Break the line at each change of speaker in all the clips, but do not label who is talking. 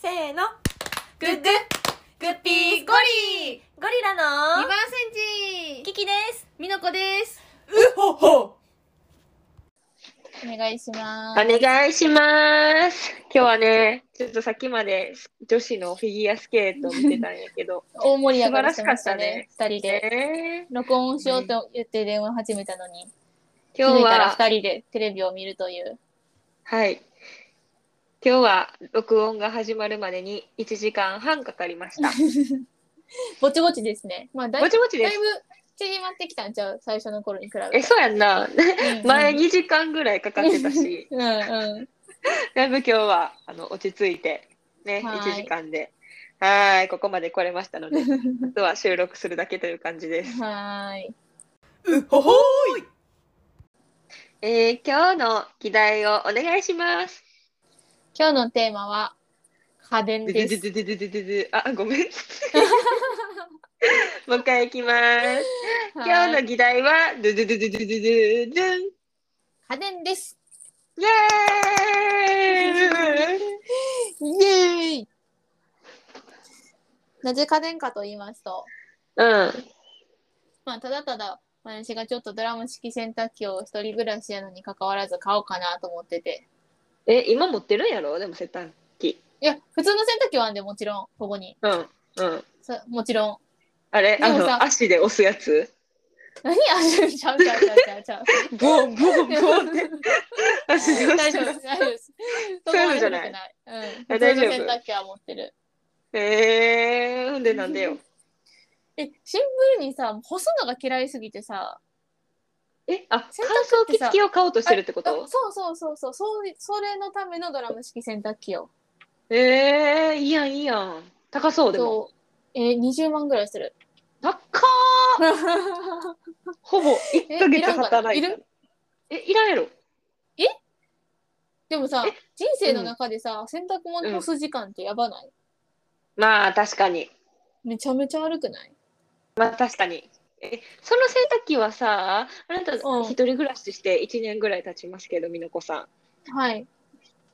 せーの
グッグッグッピーゴリ
ゴリ
ー
ラ
2
の
番センチ
キキです
みのこです
うほほ
お願いしま
お願いします。今日はね、ちょっとさっきまで女子のフィギュアスケートを見てたんやけど、
大盛り上がりし
素晴
ま
ら
し
しか
た
った
ね
ね
二人で
ね
録音しようと言って電話始めたのに
今
気
日
づいたら
は、
二人でテレビを見るという
はい。今日は録音が始まるまでに1時間半かかりま した。
ぼちぼちですねまあだい
ぼちぼちで
だい
す
ぶ。縮まってきたんちゃう最初の頃に比べ
え、
て
そうやん
う
な。
んうん
前2時間ぐらいかかってたし、
うんうん
だいぶ今日はあの落ち着いて、ね、
はい
1時間で。はーい、ここまで来れました ので、あとは収録するだけという感じです。
はーいう
ほほーい
えー、今日の議題をお願いします。
今日のテーマは家電
でで
で
ですでででででであ、ごめん。もう一回いきます。今日
は
の
い
議題は、ででででででででん。イ
家電です
エーイ
イエーイなぜ家電かと言いますと、
うん。
まあ、ただただ私がちょっとドラム式洗濯機を一人暮らしやのに関わらず買おうかなと思ってて。
え、今持ってるんやろでも、洗濯機。
いや、普通の洗濯機はあんで、もちろん、ここに。
うん。うん。
そもちろん。
あれ
で
あ
もさ
の、足で押すやつ。
何あ、ちゃうちゃうちゃうちゃうち ゃう。
ゴンゴン
で
ゴンって。
も
足で押
大丈夫です、大
すやつ。
丈夫です。
そういうのじゃな
そこは悪
い
くない。うん。
え
普通
大丈夫
の洗濯機は持ってる。
えー、ほんでなんでよ。
え、シンプルにさ、干すのが嫌いすぎてさ、
え、あ、
洗
乾
濯
燥
機
機
さ
付きを買おうとしてるってこ
あそ
と
うそうそうそう、そうそれのためのドラム式洗濯機を。
えー、いいやん、いいやん。高そう、でも。
そう。えー、20万ぐらいする。
高っほぼ1ヶ
えいらん
月
かな
働いた
いる。
え、いらんやろ。
でもさ
え、
人生の中でさ、洗濯物干す時間ってやばない、
まあ、確かに。
めちゃめちゃ悪くない
まあ、確かに。え、その洗濯機はさ、あなた
うん
一人暮らしして1年ぐらい経ちますけど、美奈子さん。
はい。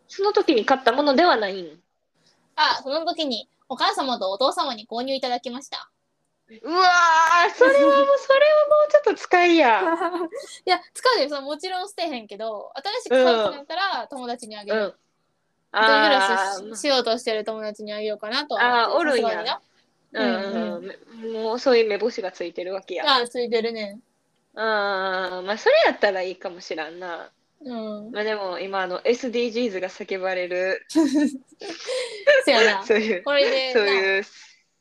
その時に買ったものではないん。
あ、その時に、お母様とお父様に購入いただきました。
うわー、それはもう、それはもうちょっと使いや。
いや、使うでさ、もちろん捨てへんけど、新しく買うってなったら友達にあげ
う
る。
ん。
一人暮ら
あー
しししようとしてる友達にあげようかなとは思って
あーおるんや
さすがにな
うんうん、もうそういう目星がついてるわけや。
あー、ついてるね。
あーまあそれやったらいいかもしらんな。
うん。
まあでも今あの SDGs が叫ばれる
せやな。
そういう
これ
そう
でな、
いう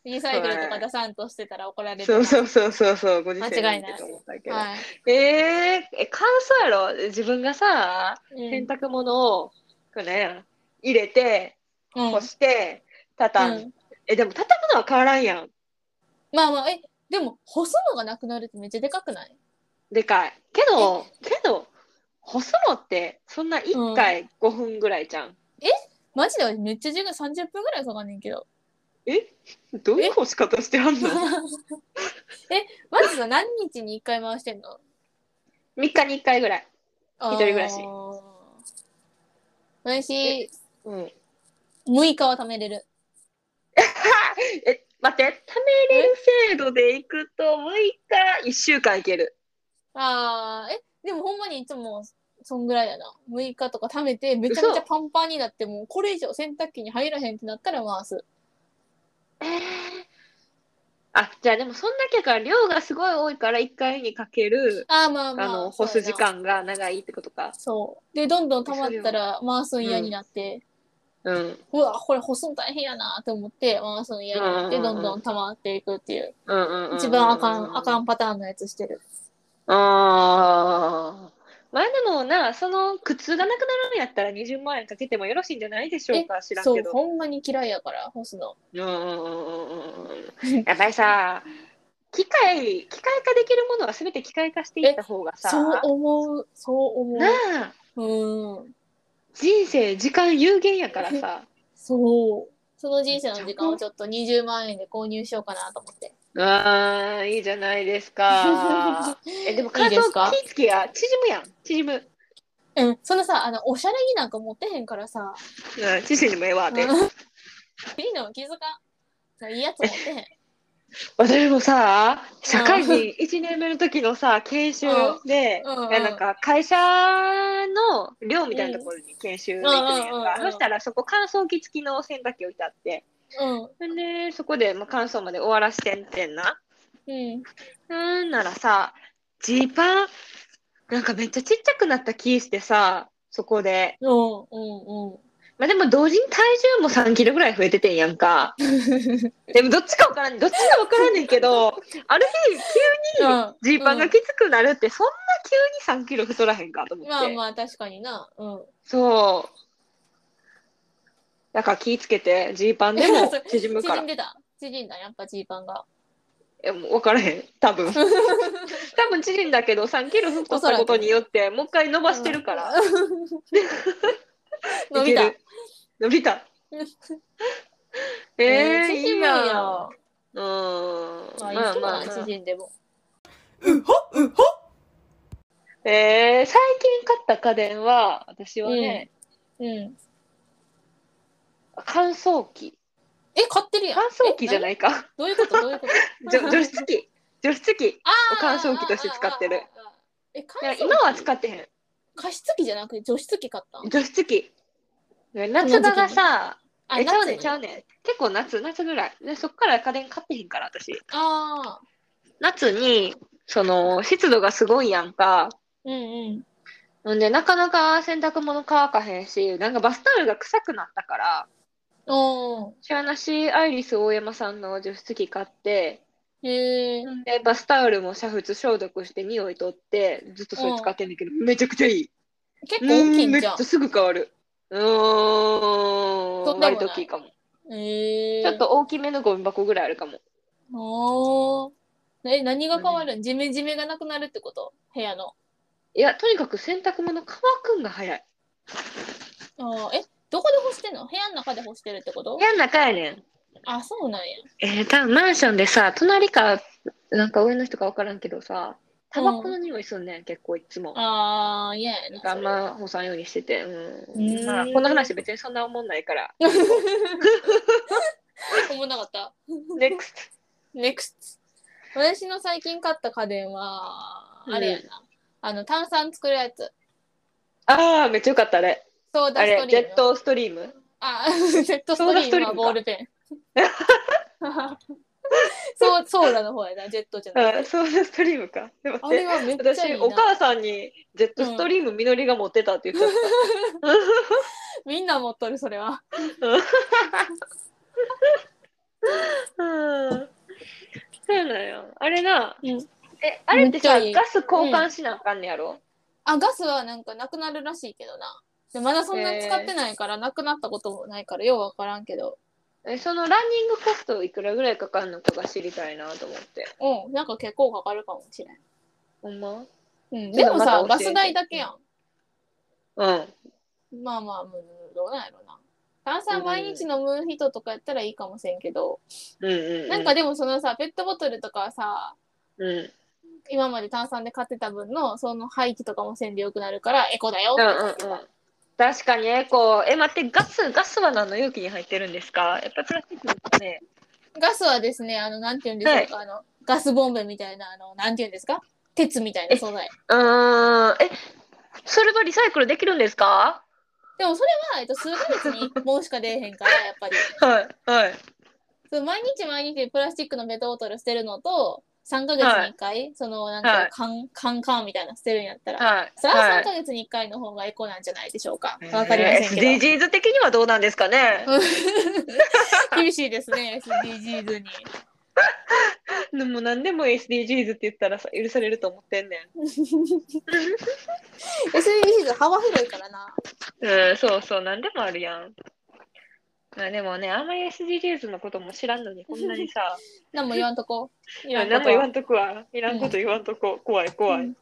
リサイクルとか出さんとしてたら怒られる。
そうそうそうそうそうご時世
間違い
ん
ない
てと思ったけど。
はい。
えー、え感想やろ自分がさ
うん
洗濯物をこうね入れて
うん
干して畳ん、
うん
えでも畳むのは変わらんやん
まあまあ、え、でも、干すのがなくなるってめっちゃでかくない
でかいけどけど干すのってそんな1回5分ぐらいじゃん、
マジでめっちゃ時間30分ぐらいかかんねんけど。
えどういう干し方してはん
え、
の
マジで何日に1回回してんの
?3 日に1回ぐらい。
一
人暮らし。
私、
うん、
6日は貯めれる。
え待って貯めれる制度でいくと6日1週間いける。
あー、え、でもほんまにいつも、そんぐらいやな。6日とか貯めて、めちゃめちゃパンパンになって、もうこれ以上洗濯機に入らへんってなったら回す。
えー、あじゃあでもそんだけやから量がすごい多いから1回にかける
あー、まあ
あ
まあ。
の
そ
干
うや
す
な
時。間が長いってことか。
そう。で、どんどん溜まったら回すん嫌になって。
うん
うわこれ干すの大変やなと思って回すの嫌になって
うんう
ど
んうんん
どん溜まっていくっていう
うんうんうんうん
一番あかんあかんパターンのやつしてる
ああ。まあでもな、その苦痛がなくなるんやったら20万円かけてもよろしいんじゃないでしょうか、知らん
そ
け
う
ど。
ほんまに嫌いやから干すの
うんうんうんうんうんうんやっぱりさ、機械、機械化できるものは全て機械化していった方がさ、
そう思うそう思
なあ、
ううん
人生、時間有限やから さ。
そうその人生の時間をちょっと20万円で購入しようかなと思って
ああ、いいじゃないで すか。え、でも
いい
乾
です
燥
か
気付きが縮むやん、縮む。
うんそのさあのおしゃれ着なんか持ってへんからさ
うん、縮むええわ、で。
うんも気づかん。そういいやつ持ってへん。
私もさ社会人1年目の時のさ研修で、
うんうん
いやなんか会社の寮みたいなところに研修で行くんや
うんんうんうん
か、
うん
そしたらそこ乾燥機付きの洗濯機置いてあって
うん。
でそこで、まあ、乾燥まで終わらしてんてんな
うん。
なんならさジーパンなんかめっちゃちっちゃくなった気してさそこで、
うん。うん。うん。
まあ、でも同時に体重も3キロぐらい増えててんや んかでもどっちかわからんどっちかわからんねん けどある日
うん
ジーパンがきつくなるって、そんな急に3キロ太らへんかと思って。
まあまあ確かにな。うん。
そう。だから気ぃつけて、ジーパンで も
そう
縮むか
縮
ら
ん。でた。縮んだ、やっぱジーパンが。
え、もう分からへん。多分。多分縮んだけど、3キロ太ったことによって、もう一回伸ばしてるから。
うん。 伸びた
いける。伸 びた。えー、い
縮
い
むん
な
や。
うー
まあ、
ん。
いい人
ま
だ
あ
な、縮んでも。
えー、最近買った家電は、私はね、
うん。え、
乾燥機。
買ってるやん。
乾燥機じゃ
い。
ないか。
何どういうことどういうこと
除除湿機。除湿機。
あー
乾燥機として使って
あ
る。
ーあーあーえ、
いや
乾燥
今は使ってへ
加湿器じゃなくて除湿器買ったん
ん。除湿機。夏場がさ、
あ
え、ちゃうねんちゃ
夏
うねん。結構夏、夏ぐらい。でそっから家電買ってへんから、私。
ああ。
夏に、その、湿度がすごいやんか。
うんうん。
んで、なかなか洗濯物乾かへんし、なんかバスタオルが臭くなったから、
おー。
シャーナシーアイリス大山さんの除湿機買って、
へえ。
で、バスタオルも煮沸消毒して匂い取って、ずっとそれ使ってんだけど、めちゃくちゃいい。
結構大きい
うん
ん
めっ
じ
ち
ゃん
ゃ。すぐ変わる。うー
と
ん、
んでもない
割と大きいかも。
へえ。
ちょっと大きめのゴミ箱ぐらいあるかも。
おー。え、何が変わるんジメジメがなくなるってこと部屋の。
いや、とにかく洗濯物乾くんが早い。
あーえ、どこで干してんの部屋の中で干してるってこと
部屋の中やねん。
あ、そうなんや。
えー、多分マンションでさ、隣か、なんか上の人か分からんけどさ、タバコの匂いすんねん、結構いつも。
あー、嫌や
なん
な。
かあ
そ
ん
れ
ま干さんようにしてて。う
うー
ん。
ん
まあ、この話別にそんな思んないから。
思んなかった。
NEXT。
NEXT。私の最近買った家電は、あれやな。
う
あの、炭酸作るやつ。
ああ、めっちゃよかった、あれ。
ソーダ
あ
スト
れ、
リ
ジェ
ーム
ッ。トストリーム。
あ、 ジェットストリームはボールペン。 そう、ソーダの方やな、ジェットじゃ
あ
なくて。
ーそうストリームか。でも
あれはめっちゃい
私
いな
お母さんにジェットストリームみのりが持ってたって言っちゃった、
みんな持っとる、それは。
うんそうなんよあれな、
うん
えあれって
めっ
さ
ちゃいい
ガス交換しなあかんねやろ、
あ、ガスはなんかなくなるらしいけどな。でまだそんなに使ってないから、なくなったこともないから、ようわからんけど。
えそのランニングコストいくらぐらいかかるのかが知りたいなと思って
うん、なんか結構かかるかもしれん。
ほんま
うん、でもさ、
ま
ガ
た教えて
ス代だけやん。
うん
まあまあ、うんどうなんやろな。炭酸毎日飲む人とかやったらいいかもしれんけど、
うんうん
なんかでもそのさ、ペットボトルとかはさ、
うんうん
今まで炭酸で買ってた分の、その廃棄とかもせんでよくなるから、エコだよっ
う
て
ん
言ってた
うん確かにエコえ待ってガスガスは何の容器に入ってるんですかやっぱプラスチックですね
ガスはですね、あの、なんて言うんでしょうか、あの、ガスボンベみたいな、あの、なんて言うんですか鉄みたいな素材。
うーんえそれはリサイクルできるんですか
でもそれは、えっと、数ヶ月に1本しか出えへんから、やっぱり。
はいはい
そう毎日毎日プラスチックのペットボトル捨てるのと、3ヶ月に1回、その、なんか
はい、
缶、缶缶みたいなの捨てるんやったら、
はい
それは
はい
3ヶ月に1回の方がエコなんじゃないでしょうか。わかりませんけど。
えー SDGs 的にはどうなんですかね。
厳しいですね、SDGs に。
でも何でも SDGs って言ったらさ許されると思ってんね
SDGs 幅広いからな。
ん。うん、そうそう、何でもあるやん。まあでもね、あんまり SDGs のことも知らんのに、こんなにさ、
何も言わんとこ。い
何も言わんとこは、いらんこと言わんとこ、怖い怖い。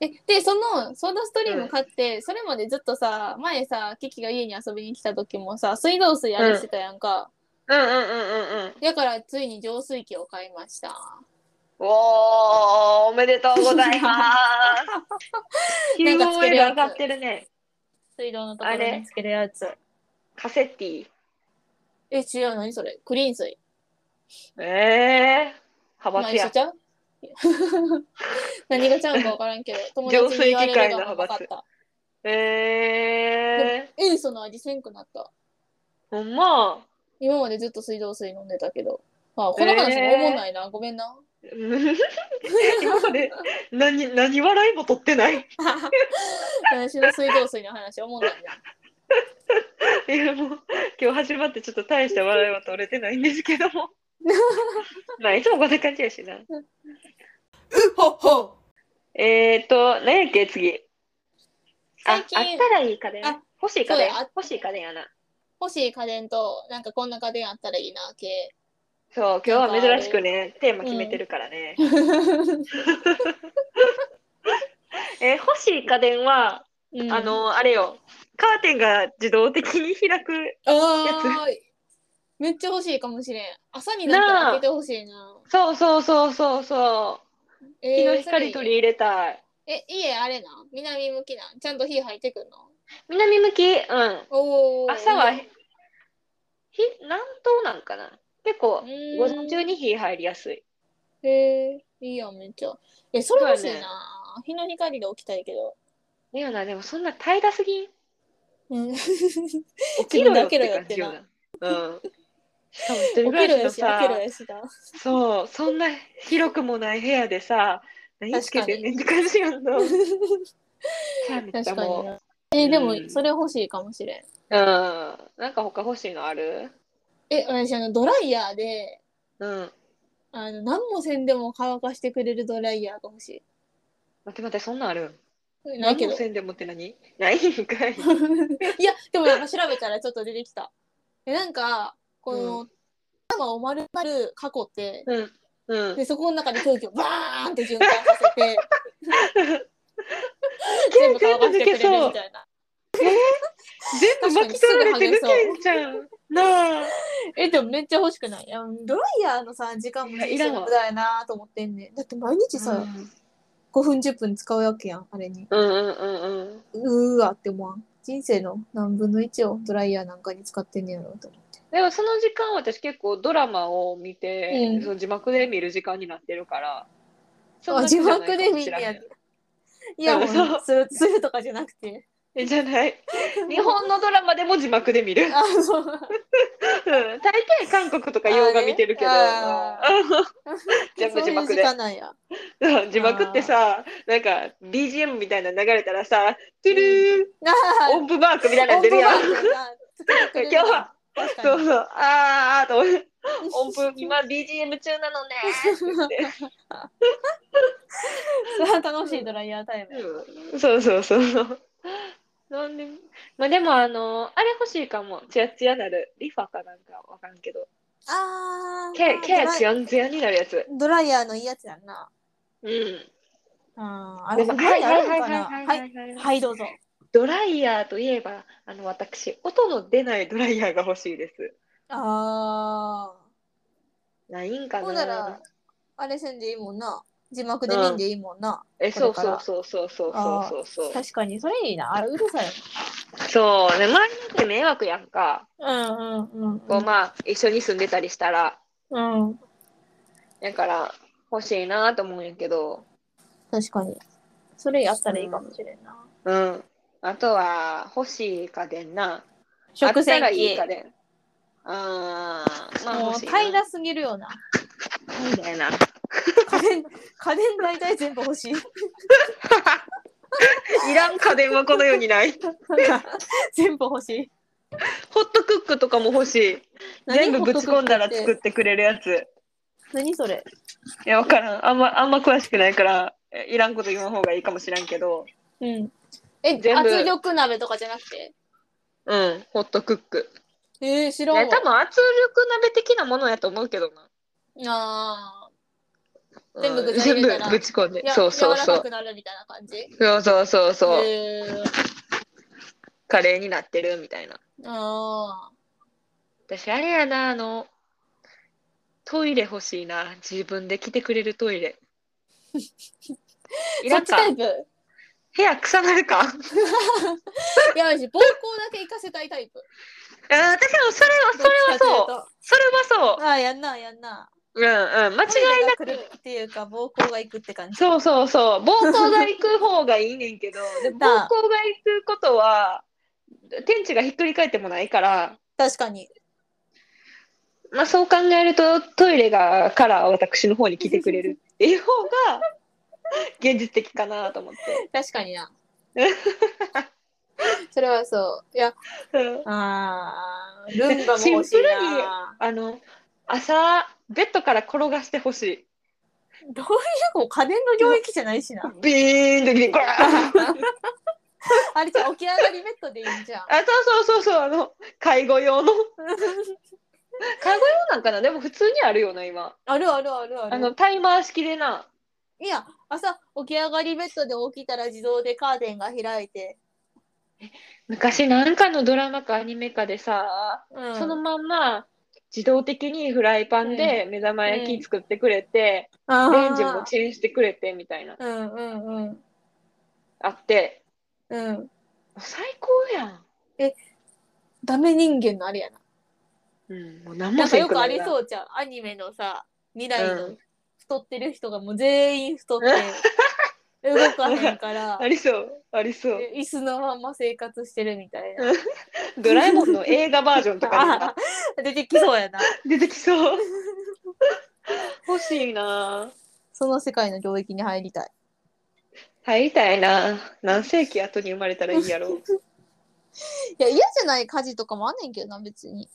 えでそのソーダストリーム買って、それまでずっとさ前さキキが家に遊びに来た時もさ水道水あれしてたやんか、
うんうんうんうんうん。
だからついに浄水器を買いました
おー、おめでとうござい ます。
な
9
んかつけるやつ
上がってるね。
水道のところにつけるやつ
カセッティ。
え、違う、何それクリーン水。
ええー、
まあ
派
一
閥や
緒。ちゃう 何がちゃうんか分からんけ ど、友達に言われるが分かった。
ええ
塩素の味せんくなった。
ー、ほんま。
今までずっと水道水飲んでたけど。まあ、この話も思んないな。ごめんな。
うん今まで何 何笑いも取ってない。
私の水道水の話思んないな。
いやもう今日始まってちょっと大した笑いは取れてないんですけど も。まあいつもこんな感じやしな。
ほほ
えっ、ー、と、何やっけ、次。あ、あっ
最近
たらいい家電
あ。
欲しい
そ
家電
うやあ。
欲しい家電やな。
欲しい家電と、なんかこんな家電あったらいいな、系。
そう、今日は珍しくね、テーマ決めてるからね。 えー欲しい家電は、
うん
あ、の、あれよ、カーテンが自動的に開く。
あーめっちゃ欲しいかもしれん。朝になったら開けてほしいな。
そうそうそうそうそう。
え
日
ー
の光取り入れたい。
え、家あれな南向きなんちゃんと火入ってくんの
南向き、うん。
おー
朝は、
いい
ひ南東なんかな。結構、
ね
午
う
前
ん
中に火入りやすい。
へえいいやんめっちゃ。え、それ欲しい
そ
な、
うやね
日の光で起きたいけど。
ねよな、でもそんな怠惰すぎん。
うん。
起きろよ
起
っ
きろよ
て
っ
感
て
じ
な
よな。うん。しかも一
起
人暮
き
ら
ろ
し
やし、起き
のさ
ろ、やしだ。
そう、そんな広くもない部屋でさ、何つけてんねんって感じやんな。さあめっちゃ
確か
も
に
う。
な。え、でも
う、ん
それ欲しいかもしれん。
うん。なんか他欲しいのある
え、私、あの、ドライヤーで、
うん。待
あの、何もせんでも乾かしてくれるドライヤーが欲し
って待って、そんなんある
い。ない
何
け
も
ど。
せんでもって何ないん かい。
いや、でもなんか調べたらちょっと出てきた。え、なんか、この、
う
頭を丸々囲って、
うん。うん。
で、そこの中で空気をバーンって循環させて、全部乾かしてくれるみたいな。
全部巻き取られて抜けんじゃん。なあ。
え、でもめっちゃ欲しくないいやドライヤーのさ、時間も
いやいらんわ
無駄やなと思ってんねん。だって毎日さ、5分10分使うわけやん、あれに。
うんうんうんうん。
うーわって思わん。人生の何分の1をドライヤーなんかに使ってんねやろうと思って。
でもその時間私結構ドラマを見て、
うん
その字幕で見る時間になってるから
あ、字幕で見てや
る
る。いや、も
そうそう
う、する、するとかじゃなくて。
じゃない日本のドラマでも字幕で見るうん
あの、
大体韓国とか洋画見てるけど
あ
うん全部字幕
そういう時
で
間なんや。
うん字幕ってさなんか BGM みたいなの流れたらさトゥルー
あー
音符マークみたいなの出るやん
音符マークがつけてくれる
今日は
確
そ
か
う
に
そうあーあーと思って 音符今 BGM 中なのねって言って
それは楽しいドライヤータイム。
そうそうそうそう。なんで、まあでもあの、あれ欲しいかも。ツヤツヤなる。リファかなんかわかんけど。
あー
毛、毛
ドラ
ツ
イ
ヤンツヤになるやつ。
ドライヤーのいいやつやんな。
うん。
ああ
で
れ、
も
他にあるの
は
か
い
なは
はいはい
い、
はいはいはい
はい、どうぞ。
ドライヤーといえば、あの、私、音の出ないドライヤーが欲しいです。
あ
ないん
あ。
か
ほ
な。
んなら、あれせんでいいもんな。字幕で見んでいいもんな。
え、
こ
そ
れ
う
か
そう
ら
そうそうそうそうそうそう。
確かに、それいいな。あれ、うるさい。
そうね、周りの人って迷惑やんか。
うんうんうん。
こう、まあ、一緒に住んでたりしたら。
うん。
だから、欲しいなと思うんやけど。
確かに。それやったらいいかもしれんな。
うん。あとは、欲しい家電な。
食洗
あったらいい
機
家。電。あー、まあ
もう
欲しいな。
平らすぎるよな。
みたいな。
家電、家電大体全部欲しい。
いらん家電はこの世に ない。
全部欲しい。
ホットクックとかも欲しい。全部ぶち込んだら作
っ
ってくれるやつ。
何それ
いや、わからん。あんま、あんま詳しくないから、えいらんこと言わん方がいいかもしらんけど。
うん。え、
全部
圧力鍋とかじゃなくて
うん、ホットクック。
えー、知
ね、多
らんわ。
分圧力鍋的なものやと思うけどな。
あ
うん
全部具材入れたら
全部ぶち込んで
ー。や
そうそう
柔
そ
らか
う。
くなるみたいな感じ
そうそうそうそう。
えー、
カレーになってるみたいな。
あ
私あれやなあのトイレ欲しいな自分で来てくれるトイ レ
ーそ
いら
っ
ん
ち
か
タイプい
部屋臭な るかあー
や私膀胱だけ行かせたいタイプ
私もそれはそれはそう
あ、やんな、やんな。
うんうん、間違いなく
トイレが来るっていうか、膀胱が行くって感じ。
そうそうそう膀胱が行く方がいいねんけどで も膀胱
だ
が行くことは天地がひっくり返ってもないから、
確かに。
まあ、そう考えるとトイレがから私の方に来てくれるっていう方が現実的かなと思って。
確かにな。 それはそう。いや、
うん
あールンバも欲しい
シンプルに
な。
あの朝ベッドから転がしてほしい。
どういうも家電の領域じゃないしな。
ビーンでビーンゴラーン
あれじゃあ起き上がりベッドでいいんじゃん。
あそうそうそうそうあの介護用の介護用なんかなでも普通にあるよな今
あるあるあるあ
あ
る。
のタイマー式でない
や、朝起き上がりベッドで起きたら自動でカーテンが開いて。
昔なんかのドラマかアニメかでさ、
うん、
そのまんま自動的にフライパンで目玉焼き作ってくれて、
あー
レンジもチンしてくれてみたいな
うんうんうん
あって
うん。
最高やん、
ダメ人間のあれやな。
うん、もう何
な
も
んか
せ
よくあ
い
り
う
そうじゃん。アニメのさ、未来
う
の
ん
太ってる人がもう全員太って動かへん から
あ、りそうありそう
で椅子のまま生活してるみたいな。
ドラえもんの映画バージョンとかにさ
あ 出てきそうやな。
出てきそう欲しいな
その世界の領域に入りたい。
入りたいな何世紀後に生まれたらいい やろう
いや、嫌じゃない家事とかもあんねんけどな、別に。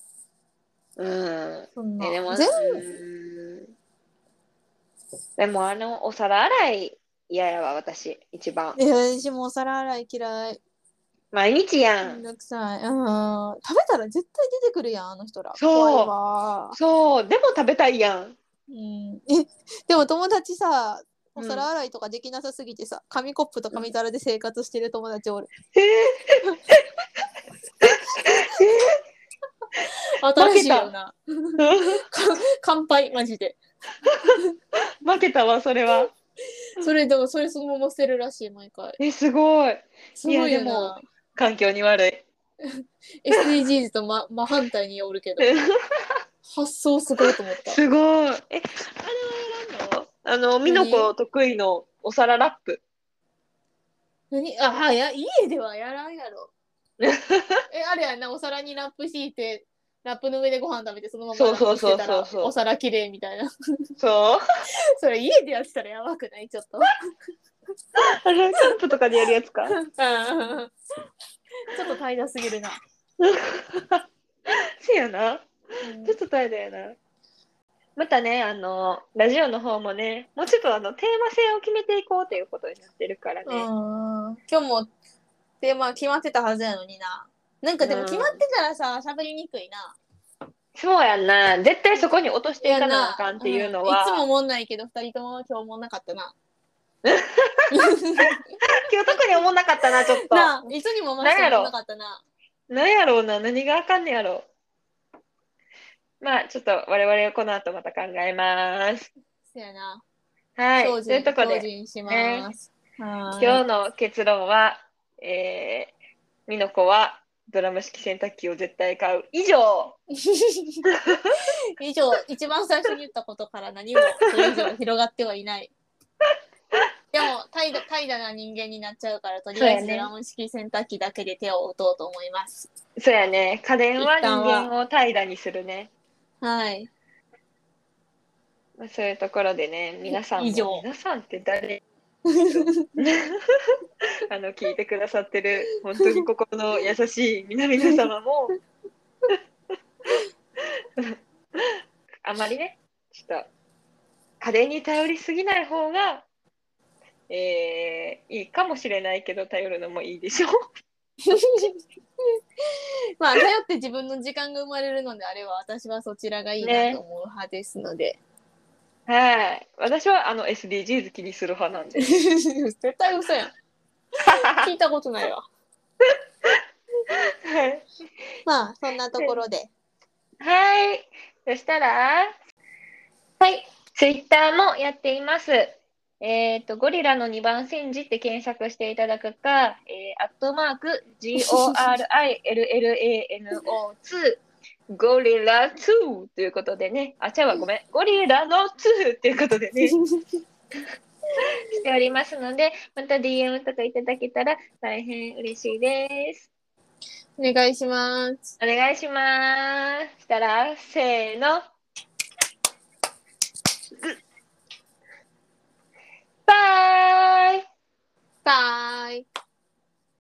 うん
そんな。
えでも
全
うんでもあのお皿洗い嫌やわ私一番
えー、私もお皿洗い嫌い。
毎日や
めん
ん
どくさい。うん。食べたら絶対出てくるやん、あの人ら。
そう
怖いわ
そうでも食べたいやん
うん。え、でも友達さ、
う
お
ん
皿洗いとかできなさすぎてさ、紙コップと紙皿で生活してる友達おる。
え
新しいよな。
ー
乾杯、マジで。
負けたわそれは
それでも、それそのまま捨てるらしい、毎回。
えすごい
すごいよ
いや
な。
環境に悪い
SDGs と真真反対におるけど、発想すごいと思った。
すご いえあれは選んだのあの美奈子得意のお皿ラップ
何あはいや家ではやらんや ろえあれやんなお皿にラップ敷いてラップの上でご飯食べてそのまま
そうそうそうそう
ラップしてたら
そう
お皿きれいみたいな
そう
それ家でやってたらやばくないちょっ と
あれキャンプとかでやるやつか
うんちょっと怠惰すぎるな、
そうやな
うん
ちょっと大変だよな。またね、あの、ラジオの方もね、もうちょっとあの、テーマ性を決めていこうということになってるから
う
ね。
ん今日もテーマ決まってたはずやのにななんかでも
うん
決まってたらさ喋りにくいな
そうやんな。絶対そこに落としていかなあかんっていうのは、
んいつももんないけど二人とも今日もんなかった な
今日特に思んなかったな、ちょっと。
なあいつにもマシでもんなかったな
なんやろうな、何があかんねやろう。まあ、ちょっと我々はこの後また考えます。
そうやな。
はい。
精
とい
進
うとこ
精
で、
進します。は
今
ー
日の結論は、えー、みのこはドラム式洗濯機を絶対買う。以上
い 以上、一番最初に言ったことから何もそれ以上広がってはいない。でも怠惰怠惰な人間になっちゃうからとりあえず
そうやね
ドラム式洗濯機だけで手を打とうと思います。
そうやね。家電は
一
人
旦は
間を平らにするね。
はい。
まあ、そういうところでね、皆さん
以上
も、皆さんって誰 あの聞いてくださってる、本当に心の優しい皆々様も、 あまりね、ちょっと家電に頼りすぎない方が、えーいいかもしれないけど、頼るのもいいでしょう。
まあ頼って自分の時間が生まれるのであれば私はそちらがいいなと思う派ですので、
はい。私はあの SDGs 気にする派なん で。
絶対嘘やん聞いたことないわ
はい。
まあそんなところで
はい。そしたら、はい。ツイッターもやっています。えっ、と、ゴリラの2番煎じって検索していただくか、えー、アットマーク、GORILLANO2、ゴリラ2ということでね、あ、ちゃうわ、ごめん、ゴリラの2ということでね、 しておりますので、また DM とかいただけたら大変嬉しいです。
お願いします。
お願いします。したら、せーの、